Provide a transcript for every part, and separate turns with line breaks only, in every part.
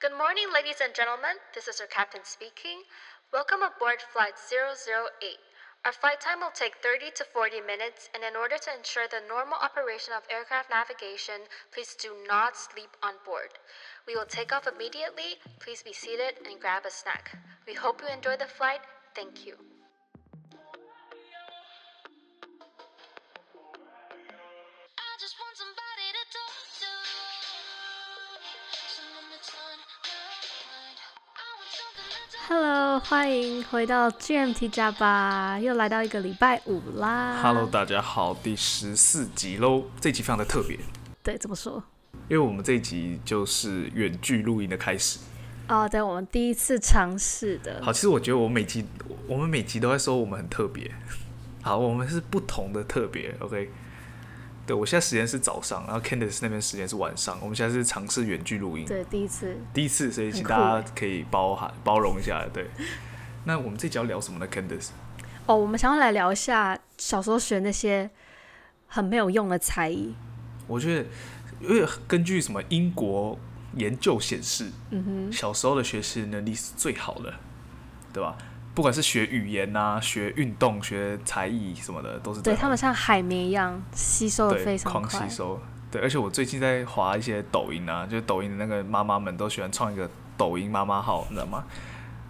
Good morning, ladies and gentlemen. This is your captain speaking. Welcome aboard Flight 008. Our flight time will take 30 to 40 minutes, and in order to ensure the normal operation of aircraft navigation, please do not sleep on board. We will take off immediately. Please be seated and grab a snack. We hope you enjoy the flight. Thank you.
I just want somebody to talk to. Someone that's on my mind. I want something to talk
Hello，欢迎回到 GMT 加吧，又来到一个礼拜五啦。
Hello，大家好，第十四集喽。这集非常的特别，
对，怎么说？
因为我们这一集就是远距录音的开始。
哦，对，我们第一次尝试的，
好，其实我觉得我每集我们每集都在说我们很特别。 好，我们是不同的特别。OK，对我现在时间是早上，然后 Candice 那边时间是晚上。我们现在是尝试远距录音，
对，第一次。
第一次，所以请
很酷
大家可以包涵包容一下。对，那我们这集要聊什么呢？Candice，
哦，我们想要来聊一下小时候学那些很没有用的才艺。
我觉得，因为根据什么英国研究显示，嗯哼，小时候的学习能力是最好的，对吧？不管是学语言呐、学运动、学才艺什么的，都是
对
最好
他们
的
像海绵一样吸收的非
对
常
狂
快
吸。收。对，而且我最近在划一些抖音啊，就是抖音的那个妈妈们都喜欢创一个抖音妈妈号，你知道吗？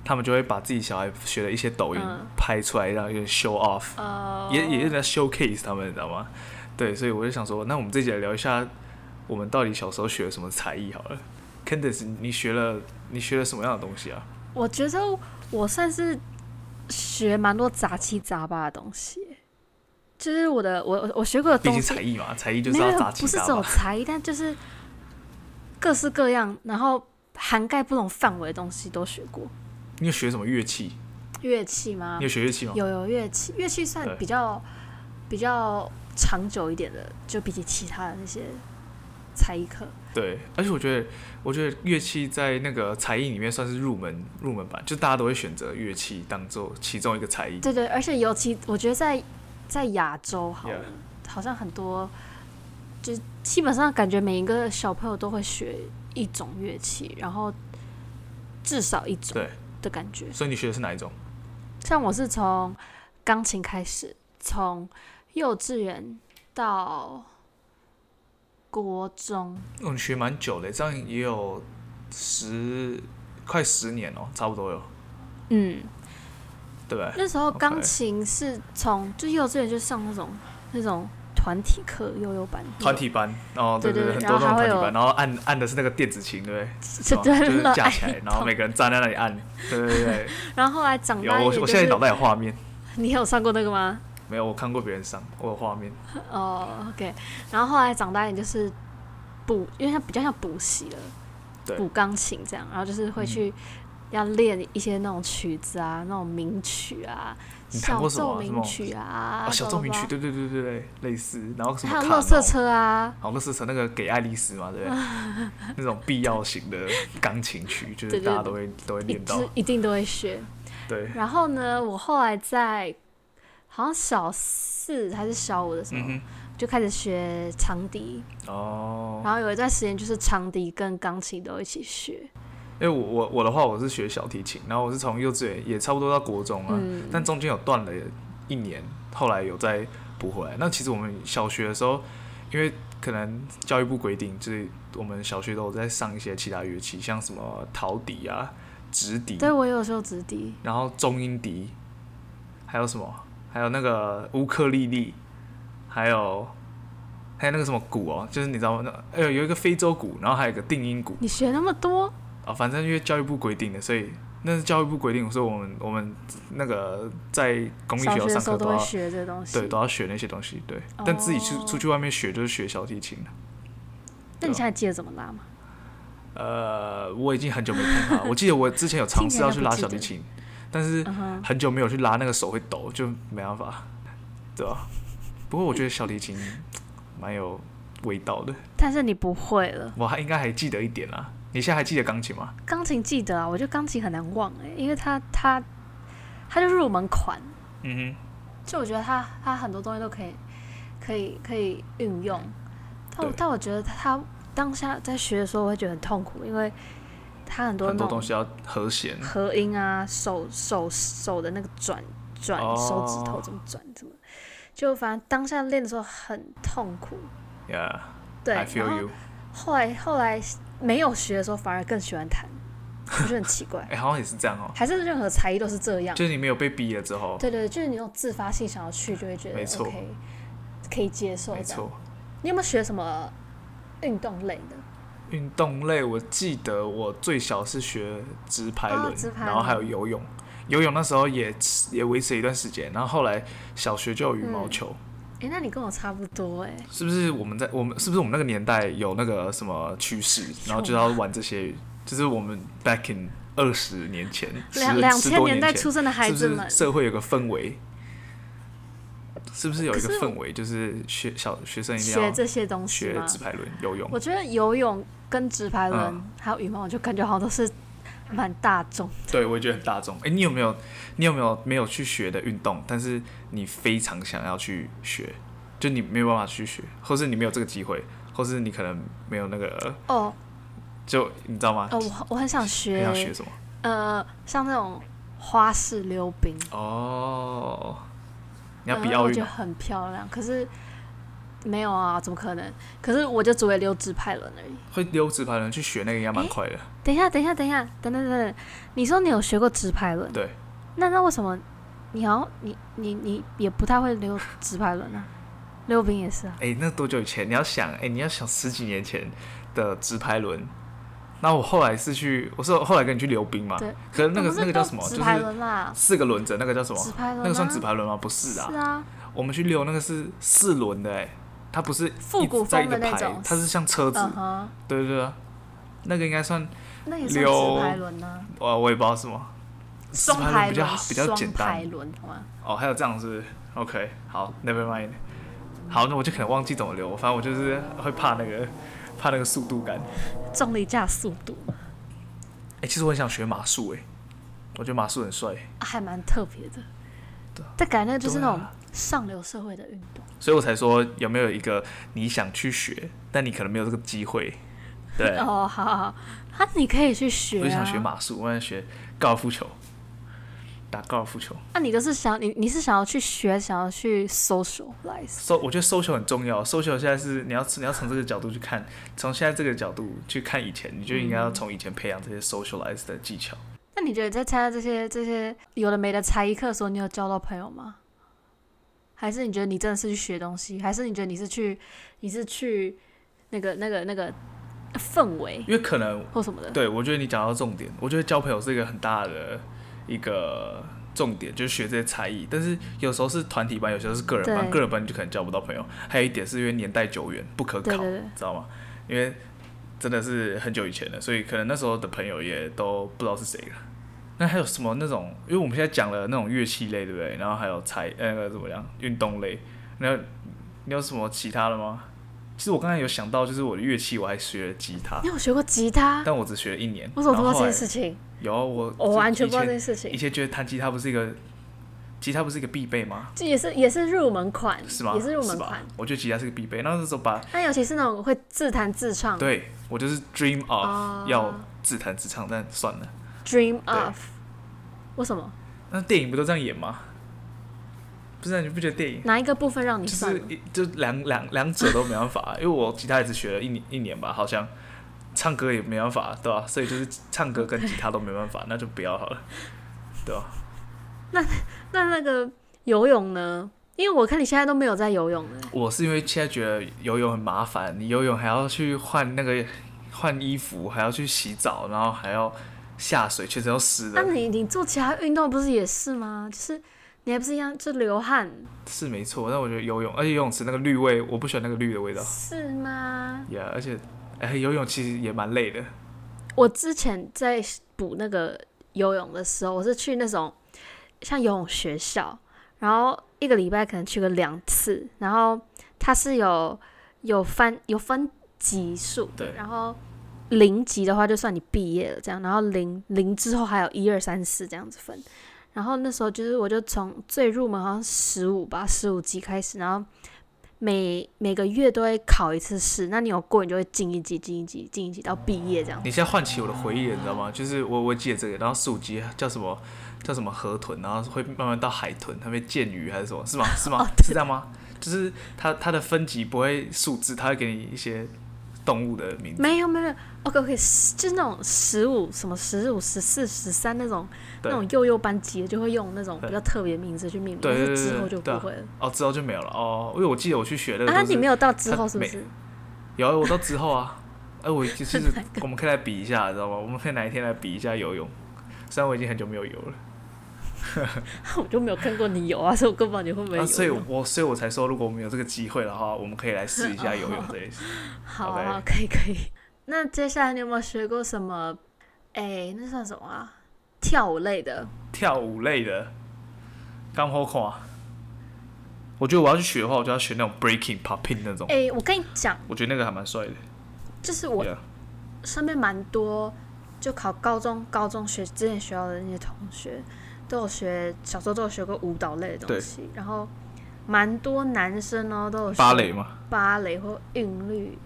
他们就会把自己小孩学的一些抖音
嗯
拍出来，让人 show off，、
哦
也也是在 showcase 他们，你知道吗？对，所以我就想说，那我们这集来聊一下，我们到底小时候学了什么才艺好了。Candice，你学了你学了什么样的东西啊？
我觉得我算是学蛮多杂七杂八的东西，就是我的我我我学过的
毕
东
竟
西
才艺嘛，才艺就
没
是
有
要杂七
不是
杂
这种
八。
才艺，但就是各式各样，然后涵盖不同范围的东西都学过。
你有学什么乐器？
乐器吗
你有？学乐器吗？
有有乐器，乐器算
对
比较比较长久一点的，就比起其他的那些才艺课。
对，而且我觉得，我觉得乐器在那个才艺里面算是入门入门版，就大家都会选择乐器当做其中一个才艺。
对对，而且尤其我觉得在在亚洲好
Yeah
好像很多，就基本上感觉每一个小朋友都会学一种乐器，然后至少一种
对，
的感觉。
所以你学的是哪一种？
像我是从钢琴开始，从幼稚园到国中，
哦，你学蛮久的，这样也有十快十年哦，差不多有，
嗯，
对不对？
那时候
OK
钢琴是从就幼稚园就上那种那种团体课，悠悠班
团，体班哦，
对
对
对
很
对
多
然
那种
后还
团体
会有
班，然后按按的是那个电子琴，对
就
不对？
对
哦就是
乱
架
按
起
一
来，然后
通
每个人站在那里按，对 对对。
然后后来长
有
大一
我
点、就是，
我现在脑袋有画面，
你有上过那个吗？
没有我看过别人上，我有画面。
哦，OK，然后后来长大一点就是补，因为它比较像补习了，
对嗯
补钢琴这样，然后就是会去要练一些那种曲子啊，那种名曲啊，
你弹
小
过什
奏
么啊
鸣曲啊，
哦，小
叭
奏
叭
鸣曲，
叭，
对对对对对，类似，然后什么
还
哦
有
卡
乐色
农
车啊，
好，那是从那个给爱丽丝 嘛，对不对？那种必要型的钢琴曲，就
对
是
对
大家都会都会
一
练到。
直一定都会学。
对，
然后呢，我后来在好像小四还是小五的时候、
嗯
就开始学长笛，
哼，哦，
然后有一段时间就是长笛跟钢琴都一起学。
因为我我我的话，我是学小提琴，然后我是从幼稚园也差不多到国中啊，
嗯
但中间有断了一年，后来有再补回来。啊那其实我们小学的时候，因为可能教育部规定，就是我们小学都有在上一些其他乐器，像什么陶笛啊、直笛，
对我有时候直笛，
然后中音笛，还有什么？还有那个乌克丽丽，还有还有那个什么鼓哦，就是你知道吗？那呃有一个非洲鼓，然后还有一个定音鼓
你学那么多，
啊、反正因为教育部规定的，所以那是教育部规定，所以我们我们那个在公立
小学
学校
的
上
时候
课
都
都
会
要
学这东西。
对都要学那些东西，对。但自己去
哦
出去外面学就是学小提琴啊了。
那
啊
你现在记得怎么拉吗？
呃，我已经很久没碰它了，我记得我之前有尝试要去拉小提琴，但是
嗯哼
很久没有去拉，那个手会抖，就没办法，对吧、不过我觉得小提琴蛮有味道的，
但是你不会了，
我还应该还记得一点啦。你现在还记得钢琴吗？
钢琴记得啊，我觉得钢琴很难忘哎、因为它它它就入门款，
嗯
就我觉得它它很多东西都可以可以可以运用，但我
对
但我觉得它当下在学的时候，我会觉得很痛苦，因为它很多
很
那
多
种
东西要和弦，
合音啊，手手手的那个转转、
哦
手指头怎么转怎么，就反正当下练的时候很痛苦，
yeah，I
对。
feel
然后
you。
后来后来没有学的时候，反而更喜欢弹，我觉得很奇 怪
哎、，好像也是这样哦、
还是任何才艺都是这样。
就是你没有被逼了之后，
对对，就是你有自发性想要去，就会觉
没
得
错
OK，可以接受
没
这样
错。。
你有没有学什么运动类的？
运动类，我记得我最小是学直排轮，
哦直排轮
然后还有游泳。游泳那时候也也维持了一段时间，然后后来小学就有羽
嗯
毛球，
诶，那你跟我差不多诶，
是不是我们在我们是不是我们那个年代有那个什么趋势，然后就要玩这些，就是我们 back in 二十年前，
两
十
两
十
千
多
年代
前
出生的孩子
是不
们
是，社会有个氛围？是不是有一个
可是我
氛围，就是学小学生一定
学
要
这些东西
学
吗？
直排轮、游泳
我？觉得游泳跟直排轮、
嗯
还有羽毛球，感觉好像都是蛮大众。
对，我也觉得很大众。哎、你有没有你有没有没有去学的运动，但是你非常想要去学，就你没有办法去学，或是你没有这个机会，或是你可能没有那个，
哦
就你知道吗？
哦，我我很想
你
学，
要学什么？
呃，像那种花式溜冰，
哦，你要比
嗯
奥
我觉
运
得
哦、
很漂亮。可是没有啊，怎么可能？可是我就只会溜直排轮而已。
会溜直排轮去学那个应该蛮快的。
等一下，等一下，等一下，等等等等，你说你有学过直排轮？
对，
那那为什么你好像你你你也不太会溜直排轮啊？溜冰也是啊。
哎、那多久以前？你要想，哎、你要想十几年前的直排轮。那我后来是去，我说后来跟你去溜冰嘛
对，
可是那个
不是
那个叫
溜
什么？
直
就
排
是
轮啦，
四个轮子，那个叫什么？
直排轮啊
那个算直排轮吗？不是啊，
是啊，
我们去溜那个是四轮的、哎，它不是一
复古
在一个
风的那
排
种
它是像车子，
嗯哼，
对对对啊，那个应该算，
那也算
溜
直排轮呢、
呃，我也不知道什么，
啊，
直
双
排
排
轮比较
轮
好，比较简
双排
单
轮好吗？
哦，还有这样是不是？OK，好，Never mind，好，那我就可能忘记怎么溜，反正我就是会怕那个怕那个速度感。
重力加速度、
哎、其实我很想学马术，哎，我觉得马术很帅，
啊还蛮特别的
对。
但感觉那就是那种
对啊
上流社会的运动，
所以我才说有没有一个你想去学，但你可能没有这个机会，对。
哦，好好好，啊，你可以去学、啊。
我就想学马术，我想学高尔夫球，打高尔夫球。
那、啊你都是想你你是想要去学，想要去 socialize，
搜，我觉得搜球很重要。搜球现在是你要你要从这个角度去看，从现在这个角度去看以前，你就应该要从以前培养这些 socialize 的技巧。
那你觉得在参加这些这些有的没的才艺课的时候，你有交到朋友吗？还是你觉得你真的是去学东西？还是你觉得你是去你是去那个那个那个氛围
因为可能
或什么的？
对我觉得你讲到重点，我觉得交朋友是一个很大的一个重点，就是学这些才艺。但是有时候是团体班，有时候是个人班，
对
个人班你就可能交不到朋友。还有一点是因为年代久远，不可考，
对对对
知道吗？因为真的是很久以前了，所以可能那时候的朋友也都不知道是谁了。那还有什么那种？因为我们现在讲了那种乐器类，对不对？然后还有才呃那个怎么样，运动类。那你有什么其他的吗？其实我刚才有想到，就是我的乐器，我还学了吉他
你，有学过吉他？
但我只学了一年。
我怎么不知道这
然后后来
件事情？哦
有啊我，
我完全不知道这
以
件
前
事
以
情，
前觉得弹吉他不是一个，吉他不是一个必备吗？
这也是也是入门款，
是吗？
也是入门
吧
款。
我觉得吉他是个必备。那那时候把
那尤其是那种会自弹自唱
对我就是 dream of、
哦
要自弹自唱，但算了。
，Dream
对
of，为什么？
那电影不都这样演吗？不是、啊，你不觉得电影
哪一个部分让你
就
嗯算
是
了？
一就两两两者都没办法、啊 因为我吉他也只学了一年一年吧，好像唱歌也没办法，对吧、所以就是唱歌跟吉他都没办法，那就不要好了，对吧、
那那个游泳呢？因为我看你现在都没有在游泳了。
我是因为现在觉得游泳很麻烦，你游泳还要去换那个换衣服，还要去洗澡，然后还要下水，全身都湿
那
的，
啊你你做其他运动不是也是吗？就是你还不是一样，就流汗
是没错。但我觉得游泳，而且游泳池那个绿味，我不喜欢那个绿的味道。
是吗？
也、而且哎，游泳其实也蛮累的。
我之前在补那个游泳的时候，我是去那种像游泳学校，然后一个礼拜可能去个两次，然后它是有有分有分级数的，
对
然后零级的话就算你毕业了这样，然后零零之后还有一二三四这样子分，然后那时候就是我就从最入门好像十五吧，十五级开始，然后每每个月都会考一次试，那你有过，你就会进一级、进一级、进一级到毕业这样。
你现在唤起我的回忆了，你知道吗？就是我我记得这个，然后四五级叫什么叫什么河豚，然后会慢慢到海豚，它被剑鱼还是什么？是 吗？是吗？
哦
是这样吗？就是它它的分级不会数字，它会给你一些动物的名字。
没有没有没有，OK OK，就是那种十五什么十五、十四、十三那种那
对
种幼幼班级的就会用那种
对
比较特别名字去命名，
对
但
对
是
对
之后
对
就
对
不
啊
会了。
哦，之后就没有了哦，因为我记得我去学的
啊，那
都
你
是
没有到之
它
后是不
每
是？
有啊，我到之后啊，哎、 我其实我们可以来比一下，你知道吗？我们可以哪一天来比一下游泳，虽然我已经很久没有游了，
我就没有看过你有啊，所 以我根本不知道你会不会有
啊、
用。
所以我所以我才说，如果我们有这个机会的话，我们可以来试一下 游泳这一次。
好
OK
啊，可以可以。那接下来你有没有学过什么？哎、那算什么啊？跳舞类的，
跳舞类的，刚好看啊。我觉得我要去学的话，我就要学那种 breaking、popping 那种，
哎、我跟你讲，
我觉得那个还蛮帅的。
就是我
Yeah
身边蛮多就考高中、高中学之前学校的那些同学，都有学小时候都有学过舞蹈类的东
对
西，然后蛮多男生哦都有学
芭蕾嘛，
芭蕾或韵律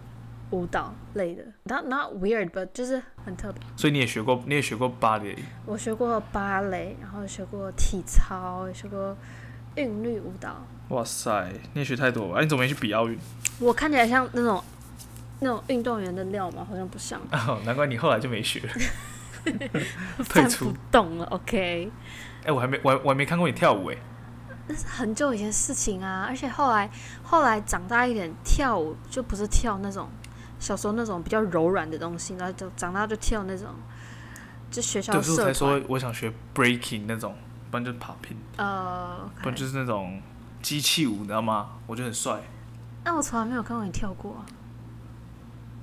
舞蹈类的。Not not weird, but 就是很特别。
所以你也学过，你也学过芭蕾，
我学过芭蕾，然后学过体操，也学过韵律舞蹈。
哇塞，你也学太多了吧。哎、你怎么没去比奥运？
我看起来像那种那种运动员的料吗？好像不像，
哦，难怪你后来就没学了。退
搬
出
不动了。OK，
哎、我还没，我还我还没看过你跳舞哎、
那是很久以前的事情啊。而且后来后来长大一点，跳舞就不是跳那种小时候那种比较柔软的东西，然后就长大就跳那种就学校
对，所以我
社
才
团
说我想学 breaking 那种，不然就是 popping，
呃。
不然
OK
就是那种机器舞，你知道吗？我觉得很帅，
那我从来没有看过你跳过啊。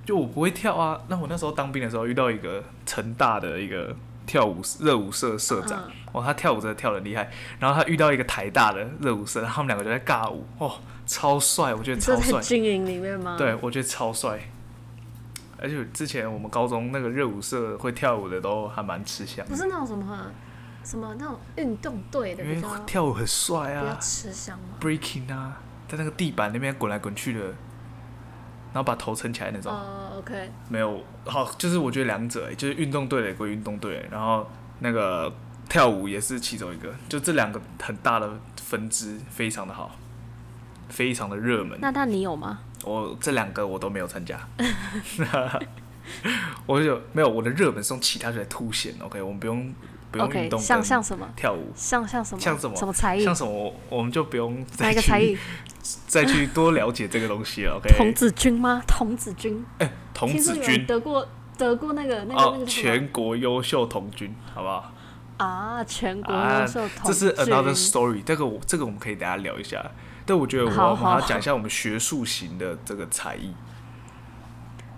就我不会跳啊。那我那时候当兵的时候遇到一个成大的一个跳舞热舞社社长，
嗯
哇，他跳舞真的跳的厉害。然后他遇到一个台大的热舞社，然后他们两个就在尬舞，哦，超帅，我觉得
你是
超帅
在。军营里面吗？
对，，我觉得超帅。而且之前我们高中那个热舞社会跳舞的都还蛮吃香
不
的，
是那种什么什么那种运动队的
因
比
为
较比
跳舞很帅
较
啊
吃香吗？
，breaking 啊，在那个地板那边滚来滚去的，然后把头撑起来那种。
哦，OK，
没有，好，就是我觉得两者、欸，就是运动队的归运动队，然后那个跳舞也是其中一个，就这两个很大的分支非常的好，非常的热门。
那那你有吗？
我这两个我都没有参加， 我有没有我的热门是用其他来凸显？OK，我们不用不用
OK，
运动跟
像像什么？
跳舞，
像像什么？
像什么
才艺
像？什么我我们就不用再
哪一个
去
才艺？
再去多了解这个东 西了。啊
童
OK，
子军吗？童子军，
哎、童
听说
子
有人
军
得过得过那个那个、那
哦，
个叫什么
全国优秀童军，好不好？
啊，全国
啊
优秀童
这
军。
是 another story，这个我这个我们可以等下聊一下。但我觉得我
好
我们
好
要讲一下我们学术型的这个才艺，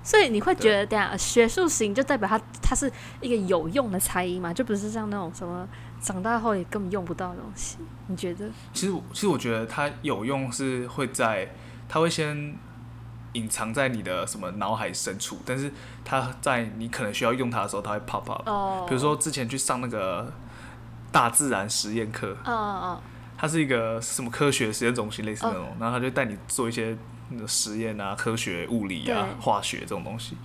所以你会觉得，等一下学术型就代表它它是一个有用的才艺嘛，就不是像那种什么长大后也根本用不到的东西。你觉得？
其实我其实我觉得它有用是会在，它会先隐藏在你的什么脑海深处，但是它在你可能需要用它的时候，它会 pop up。
哦，
比如，说之前去上那个大自然实验课，
嗯嗯
它是一个什么科学实验中心类似那种，
哦
然后他就带你做一些那个实验啊、科学、物理啊
对、
化学这种东西。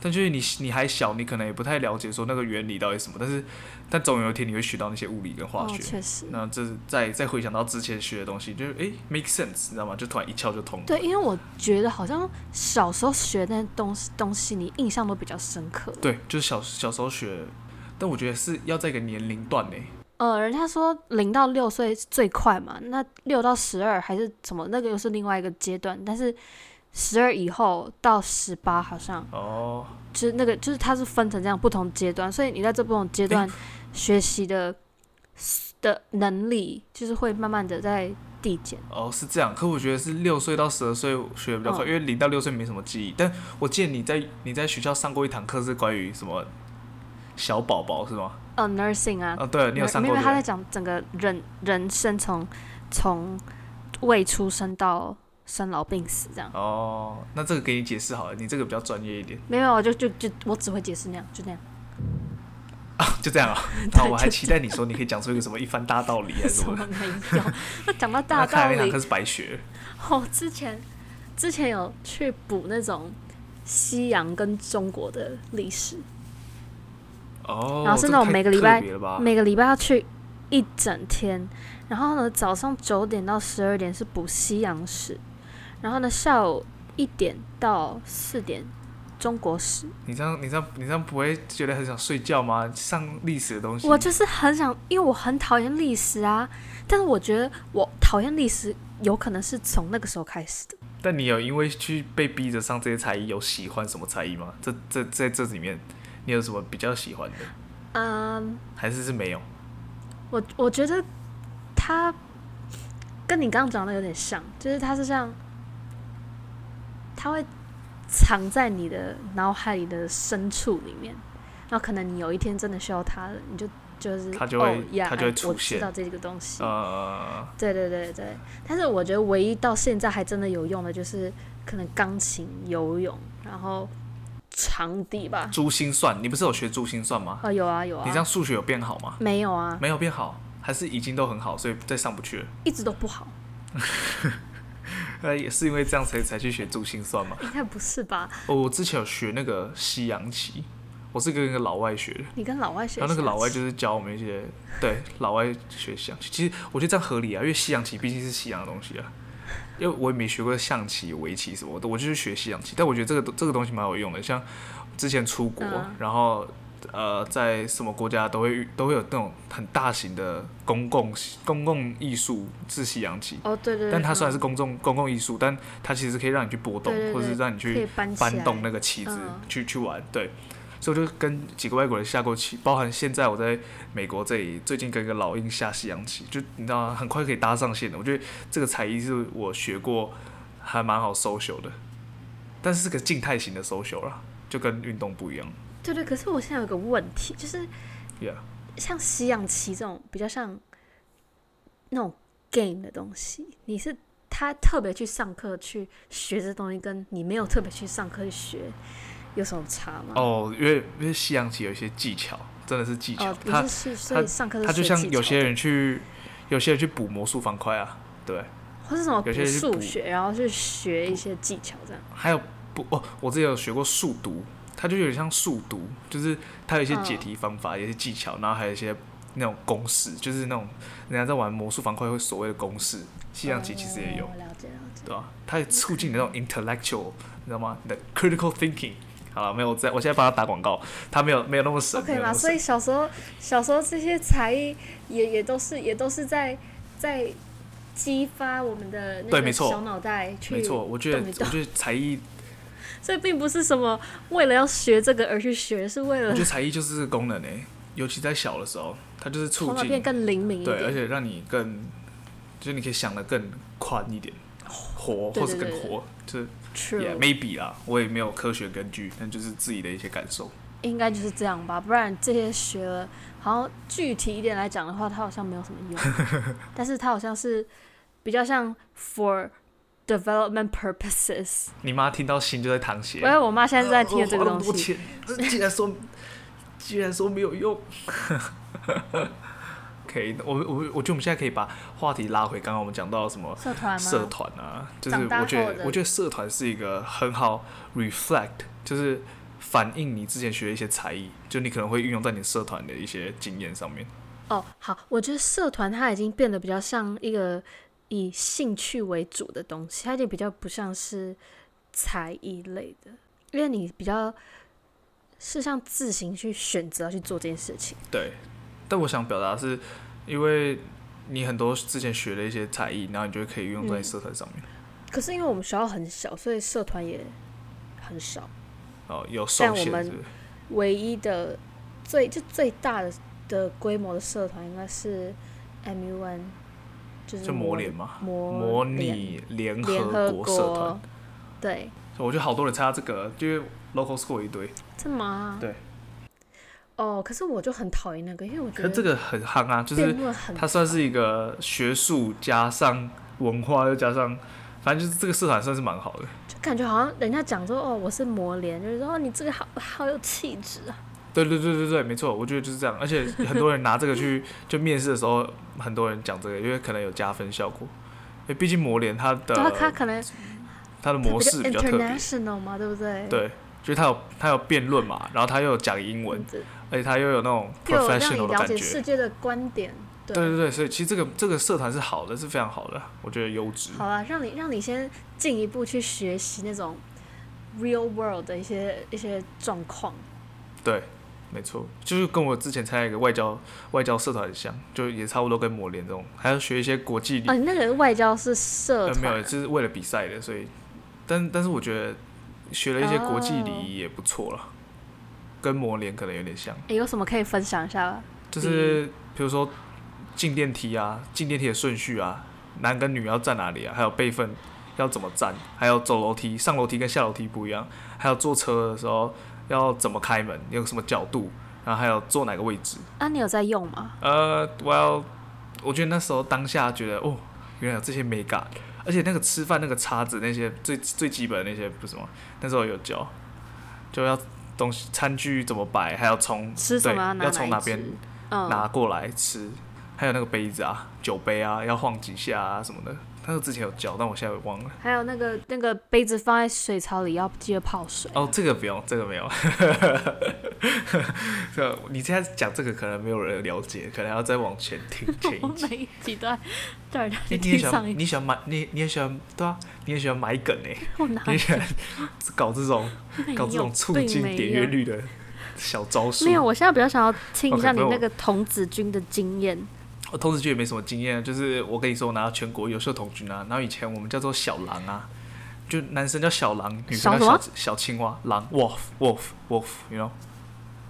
但就是你你还小，你可能也不太了解说那个原理到底是什么，但是但总有一天你会学到那些物理跟化
嗯，哦，
学。
确实。
那这是再再回想到之前学的东西，就是诶 make sense，你知道吗？就突然一窍就通了。
对，因为我觉得好像小时候学那东西东西，你印象都比较深刻。
对，就是小小时候学，但我觉得是要在一个年龄段内，
呃，人家说零到六岁最快嘛，那六到十二还是什么，那个又是另外一个阶段。但是十二以后到十八，好像
哦，
就是那个，就是它是分成这样不同阶段，所以你在这不同阶段学习的、的能力，就是会慢慢的在递减。
哦，是这样。可我觉得是六岁到十二岁学的比较快，
嗯
因为零到六岁没什么记忆。但我记得你在你在学校上过一堂课是关于什么小宝宝是吗？
呃，nursing 啊，
啊，对，你有上
没
过
有
对不
他在
对？
讲整个人人生从从未出生到生老病死这样。
哦，那这个给你解释好了，你这个比较专业一点。
没有，我就就就我只会解释那样，就那样。
啊，就 这样啊。然后我还期待你说你可以讲出一个什么一番大道理 啊什
什
么
么
的。
没有？那讲到 大
那看
道
来那堂
理
课，是白学，
我、之前之前有去补那种西洋跟中国的历史，
哦，
然后是那种
这
每个
太
礼拜
特别了吧
每个礼拜要去一整天，然后呢早上九点到十二点是补西洋史，然后呢下午一点到四点中国史。
你这样你这样你这样不会觉得很想睡觉吗？上历史的东西，
我就是很想，因为我很讨厌历史啊，但是我觉得我讨厌历史有可能是从那个时候开始的。
但你有因为去被逼着上这些才艺，有喜欢什么才艺吗？这这在这里面，你有什么比较喜欢的，
嗯，
还是是没有？
我我觉得它跟你刚刚讲的有点像，就是它是像，它会藏在你的脑海里的深处里面，然后可能你有一天真的需要它了，你就就是
它就会
哦呀，
它就会
哎
出
我知
现
道这个东西，
呃，
对对对对，但是我觉得唯一到现在还真的有用的就是可能钢琴、游泳，然后长笛吧。
珠心算，你不是有学珠心算吗？
哦，有啊有啊。
你这样数学有变好吗？
没有啊，
没有变好，还是已经都很好，所以再上不去了。
一直都不好，
呃，也是因为这样才才去学珠心算嘛。
应该不是吧？
哦，我之前有学那个西洋棋，我是跟一个老外学的，
你跟老外学？啊
然后那个老外就是是教我们一些对老外学象棋，其实我觉得这样合理啊，因为西洋棋毕竟是西洋的东西啊。因为我也没学过象棋、围棋什么的，我就是学西洋棋。但我觉得这个这个东西蛮有用的，像之前出国，
嗯
然后呃，在什么国家都会遇都会有那种很大型的公共公共艺术是西洋棋，
哦，对对对。
但它虽
嗯
然是公众公共艺术，但它其实是可以让你去波动，
对对
或者是
对
让你
可以
去
搬起
搬
来
动那个棋子、
嗯
去去玩。对，所以我就跟几个外国人下过棋，包含现在我在美国这里，最近跟一个老鹰下西洋棋，就你知道吗很快可以搭上线的。我觉得这个才艺是我学过还蛮好 social 的，但是是个静态型的 social 啦，就跟运动不一样。
对对，可是我现在有个问题，就是嗯
Yeah，
像西洋棋这种比较像那种 game 的东西，你是他特别去上课去学这东西，跟你没有特别去上课去学有什么差吗？
哦，因为因为西洋棋有一些技巧，真的是技巧，
哦，你
它
是是所以上课是
它就
学
像
技
有
巧
些
的
人去有些人去补魔术方块啊，对。
或是什么补
有些人是
数
补
学，然后去学一些技巧这样。
还有不哦，我之前有学过数独，它就有点像数独，就是它有
嗯
一些解题方法，有一些技巧，然后还有一些那种公式，就是那种人家在玩魔术方块会所谓的公式，西洋棋其实也有
哦，了解了解。
对吧、它也促进你那种 intellectual，你知道吗？你的 critical thinking。好了，没有我在，我现在帮他打广告，他没有没有那么神
OK
没有那
嘛，
么
所
神
以小时候小时候这些才艺也也都是也都是在在激发我们的那
对
个
没错
小脑袋去
没错，我觉得
动一
我
动，
觉得 才艺，
所以并不是什么为了要学这个而去学，是为
我
了
觉得才艺就是这个功能诶、欸尤其在小的时候，它就是促
头脑
进
变更灵敏一
对，而
点。
且让你更，就是你可以想的更宽一点，活
哦对
或者
对
更
对
活，就是 yeah
True，
maybe 啦，我也没有科学根据，但就是自己的一些感受。
应该就是这样吧，不然这些学了，好像具体一点来讲的话，它好像没有什么用， 但是它好像是比较像 for development purposes。
你妈听到心就在淌血，
喂，我妈现在正在听
呃我
的这个
花那
东
么多
西，
钱，这竟然说，竟然说没有用。OK，我们我们我觉得我们现在可以把话题拉回刚刚我们讲到什么
社团吗？
社团啊，就是
长大
我觉
后
得
的
我觉得社团是一个很好 reflect，就是反映你之前学的一些才艺，就你可能会运用在你社团的一些经验上面。
哦，好，我觉得社团它已经变得比较像一个以兴趣为主的东西，它已经比较不像是才艺类的，因为你比较是像自行去选择要去做这件事情。
对，但我想表达的是，因为你很多之前学的一些才艺，然后你就可以运用在
嗯
社团上面。
可是因为我们学校很小，所以社团也很少。
哦，有
但
受
我
限
们
是不是
唯一的最就最大的的规模的社团应该是 MUN，就是
就
模
模联嘛，
模
模
联
拟联
联合
合国社团。
对，
所以我觉得好多人参加这个，就是 local school 一堆。
真的吗？
对。
啊哦，可是我就很讨厌那个，因为我觉
可
得
是这个很夯啊，就是
辩论很
它算是一个学术加上文化，又加上，反正就是这个社团算是蛮好的。
就感觉好像人家讲说哦，我是模联，就是说哦，你这个好好有气质啊，
对对对对对，没错，我觉得就是这样。而且很多人拿这个去 就面试的时候，很多人讲这个，因为可能有加分效果。因为毕竟模联它的
然后啊他可能他
它的呃模式
比
比
较
较特别，
international 嘛，对不对？，
对，就是它有它有辩论嘛，然后它又有讲英文，而且它又有那种
嗯又有让
professional
你
的
了
感
解
觉
世。界的观点。对
对对对，所以其实这个这个社团是好的，是非常好的，我觉得优质。
好啊，让你让你先进一步去学习那种 real world 的一些一些状况。
对，没错，就是跟我之前参加一个外交外交社团很像，就也差不多跟模联这种，还要学一些国际礼
哦，你那个外交是社
呃，没
团
有，
啊，
就是为了比赛的，所以，但但是我觉得学了一
哦
些国际礼仪也不错了，跟模联可能有点像，
诶有什么可以分享一下吗？嗯
就是比如说进电梯啊，进电梯的顺序啊，男跟女要站哪里啊，还有辈分要怎么站，还有走楼梯、上楼梯跟下楼梯不一样，还有坐车的时候要怎么开门，有什么角度，然后还有坐哪个位置。
啊，你有在用吗？
呃，Well，我觉得那时候当下觉得哦，原来有这些美感，而且那个吃饭那个叉子那些最最基本的那些不是什么，那时候有教，就要东西餐具怎么摆，还要从
吃什
对
么啊拿
要
哪
从
一
哪边
支嗯，
拿过来吃，还有那个杯子啊、酒杯啊，要晃几下啊什么的。那个之前有教，但我现在也忘了。
还有那个那个杯子放在水槽里，要记得泡水。
哦，这个不用，这个没有。 这个你现在讲这个可能没有人了解，可能要再往前听前一集。
每一集都在这儿
你你也喜欢，你喜欢买，你你也喜欢，对啊，你也喜欢买梗哎、
我哪
你也喜欢 搞这种
没有
搞这种促
并
进
哎没
点
有
阅率的小招数。
没有，我现在比较想要听一
OK，
下你
没有
那个童子军的经验。
我童子军也没什么经验，啊就是我跟你说，我拿到全国优秀童军啊，然后以前我们叫做小狼啊，就男生叫小狼，女生
小
叫
什么
小小青蛙，狼 wolf wolf wolf，you know，、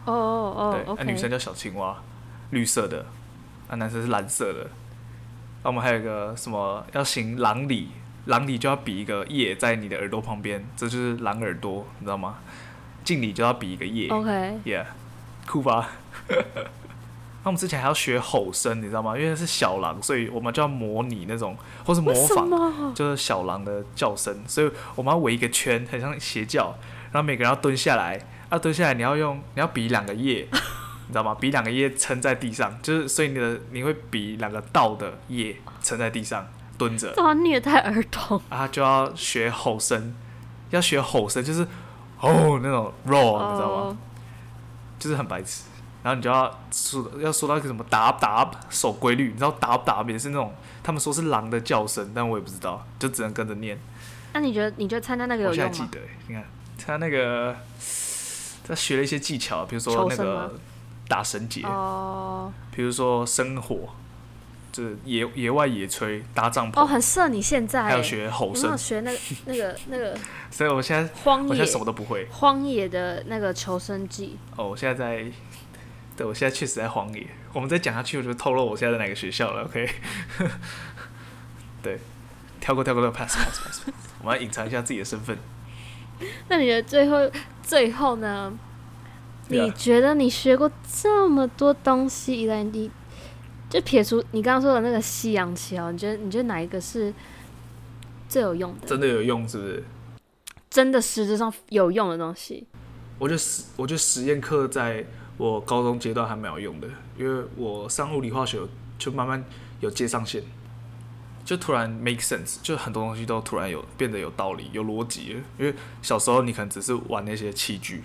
哦哦
对，
哦
那、女生
，OK，
叫小青蛙，绿色的，啊男生是蓝色的，啊那我们还有一个什么要行狼礼，狼礼就要比一个叶在你的耳朵旁边，这就是狼耳朵，你知道吗？敬礼就要比一个叶
OK，
Yeah，酷 吧？ 那我们之前还要学吼声，你知道吗？因为是小狼，所以我们就要模拟那种，或是模
为什
仿，呃
么？
就是小狼的叫声。所以我们要围一个圈，很像邪教，然后每个人要蹲下来，要蹲下来，你要用，你要比两个叶， 你知道吗？比两个叶撑在地上，就是所以你的你会比两个倒的叶撑在地上蹲着，
这么虐待儿童？
啊，就要学吼声，要学吼声，就是哦那种 roar，你知道啊吗？
哦，
就是很白痴。然后你就要说要说到一个什么 dub dub 守规律，你知道 dub dub 也是那种他们说是狼的叫声，但我也不知道，就只能跟着念。
那你觉得你觉得参加那个
我
有
现
用
在记
吗？
得欸，你看他那个他学了一些技巧，比如说
求
那
生吗
个打绳结，
哦
比如说生火，就是野野外野炊搭帐
哦，
篷，
很适合你现在欸。
还有学吼
有没有
声。
学那个那个那个
所以我现在
荒
我现
野
在什么都不会
荒野的那个求生记？
哦，我现在在。对，我现在确实在荒野。我们再讲下去，我就透露我现在在哪个学校了。OK，对，跳过跳过跳过 pass pass pass，pass 我们要隐藏一下自己的身份。
那你的最后最后呢？
对啊
你觉得你学过这么多东西以来，你就撇除你刚刚说的那个西洋棋哦，你觉得你觉得哪一个是最有用的？
真的有用是不是？
真的实质上有用的东西？
我觉得实，我觉得实验课在我高中阶段还蛮有用的，因为我上物理化学就慢慢有接上线，就突然 make sense，就很多东西都突然有变得有道理、有逻辑了。因为小时候你可能只是玩那些器具，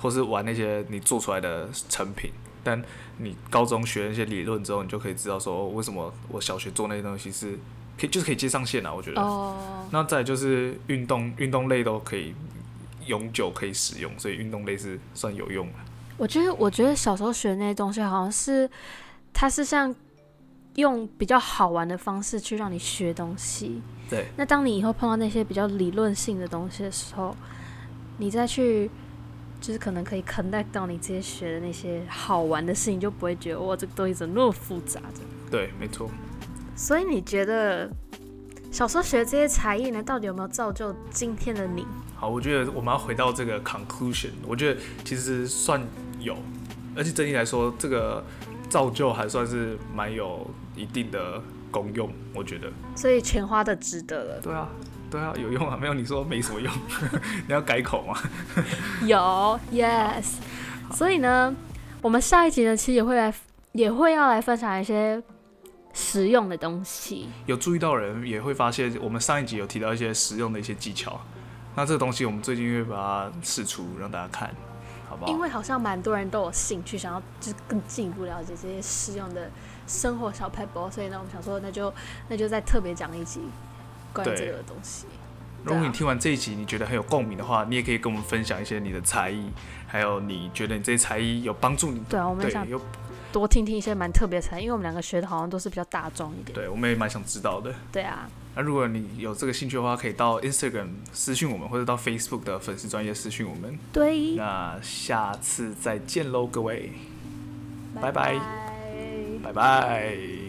或是玩那些你做出来的成品，但你高中学那些理论之后，你就可以知道说，哦为什么我小学做那些东西是可以，就是可以接上线啊。我觉得，
哦，
那再来就是运动，运动类都可以永久可以使用，所以运动类是算有用的。
我觉得我觉得小时候学的那些东西好像是它是像用比较好玩的方式去让你学东西。
对，
那当你以后碰到那些比较理论性的东西的时候，你再去就是可能可以 connect 到你之前学的那些好玩的事情，就不会觉得哇这个东西怎么那么复杂这样
对，没错。
所以你觉得小时候学这些才艺呢，到底有没有造就今天的你？
好，我觉得我们要回到这个 conclusion，我觉得其实算有，而且整体来说，这个造就还算是蛮有一定的功用，我觉得。
所以钱花的值得了。
对啊，对啊，有 用啊，没有你说没什么用，你要改口吗？
有，yes。所以呢，我们下一集呢，其实也会来，也会要来分享一些实用的东西。
有注意到的人也会发现，我们上一集有提到一些实用的一些技巧。那这个东西我们最近会把它试出让大家看，好不好？
因为好像蛮多人都有兴趣，想要就是更进一步了解这些实用的生活小 pebble，所以呢，我们想说那就那就再特别讲一集关于
对
这个东西。
如
啊
果你听完这一集你觉得很有共鸣的话，你也可以跟我们分享一些你的才艺，还有你觉得你这些才艺有帮助你。
对啊，我们
对
想，
有
多听听一些蛮特别的才，因为我们两个学的好像都是比较大众一点。
对，我们也蛮想知道的。
对啊，
那如果你有这个兴趣的话，可以到 Instagram 私讯我们，或者到 Facebook 的粉丝专业私讯我们。
对，
那下次再见喽，各位，拜拜
拜
拜拜。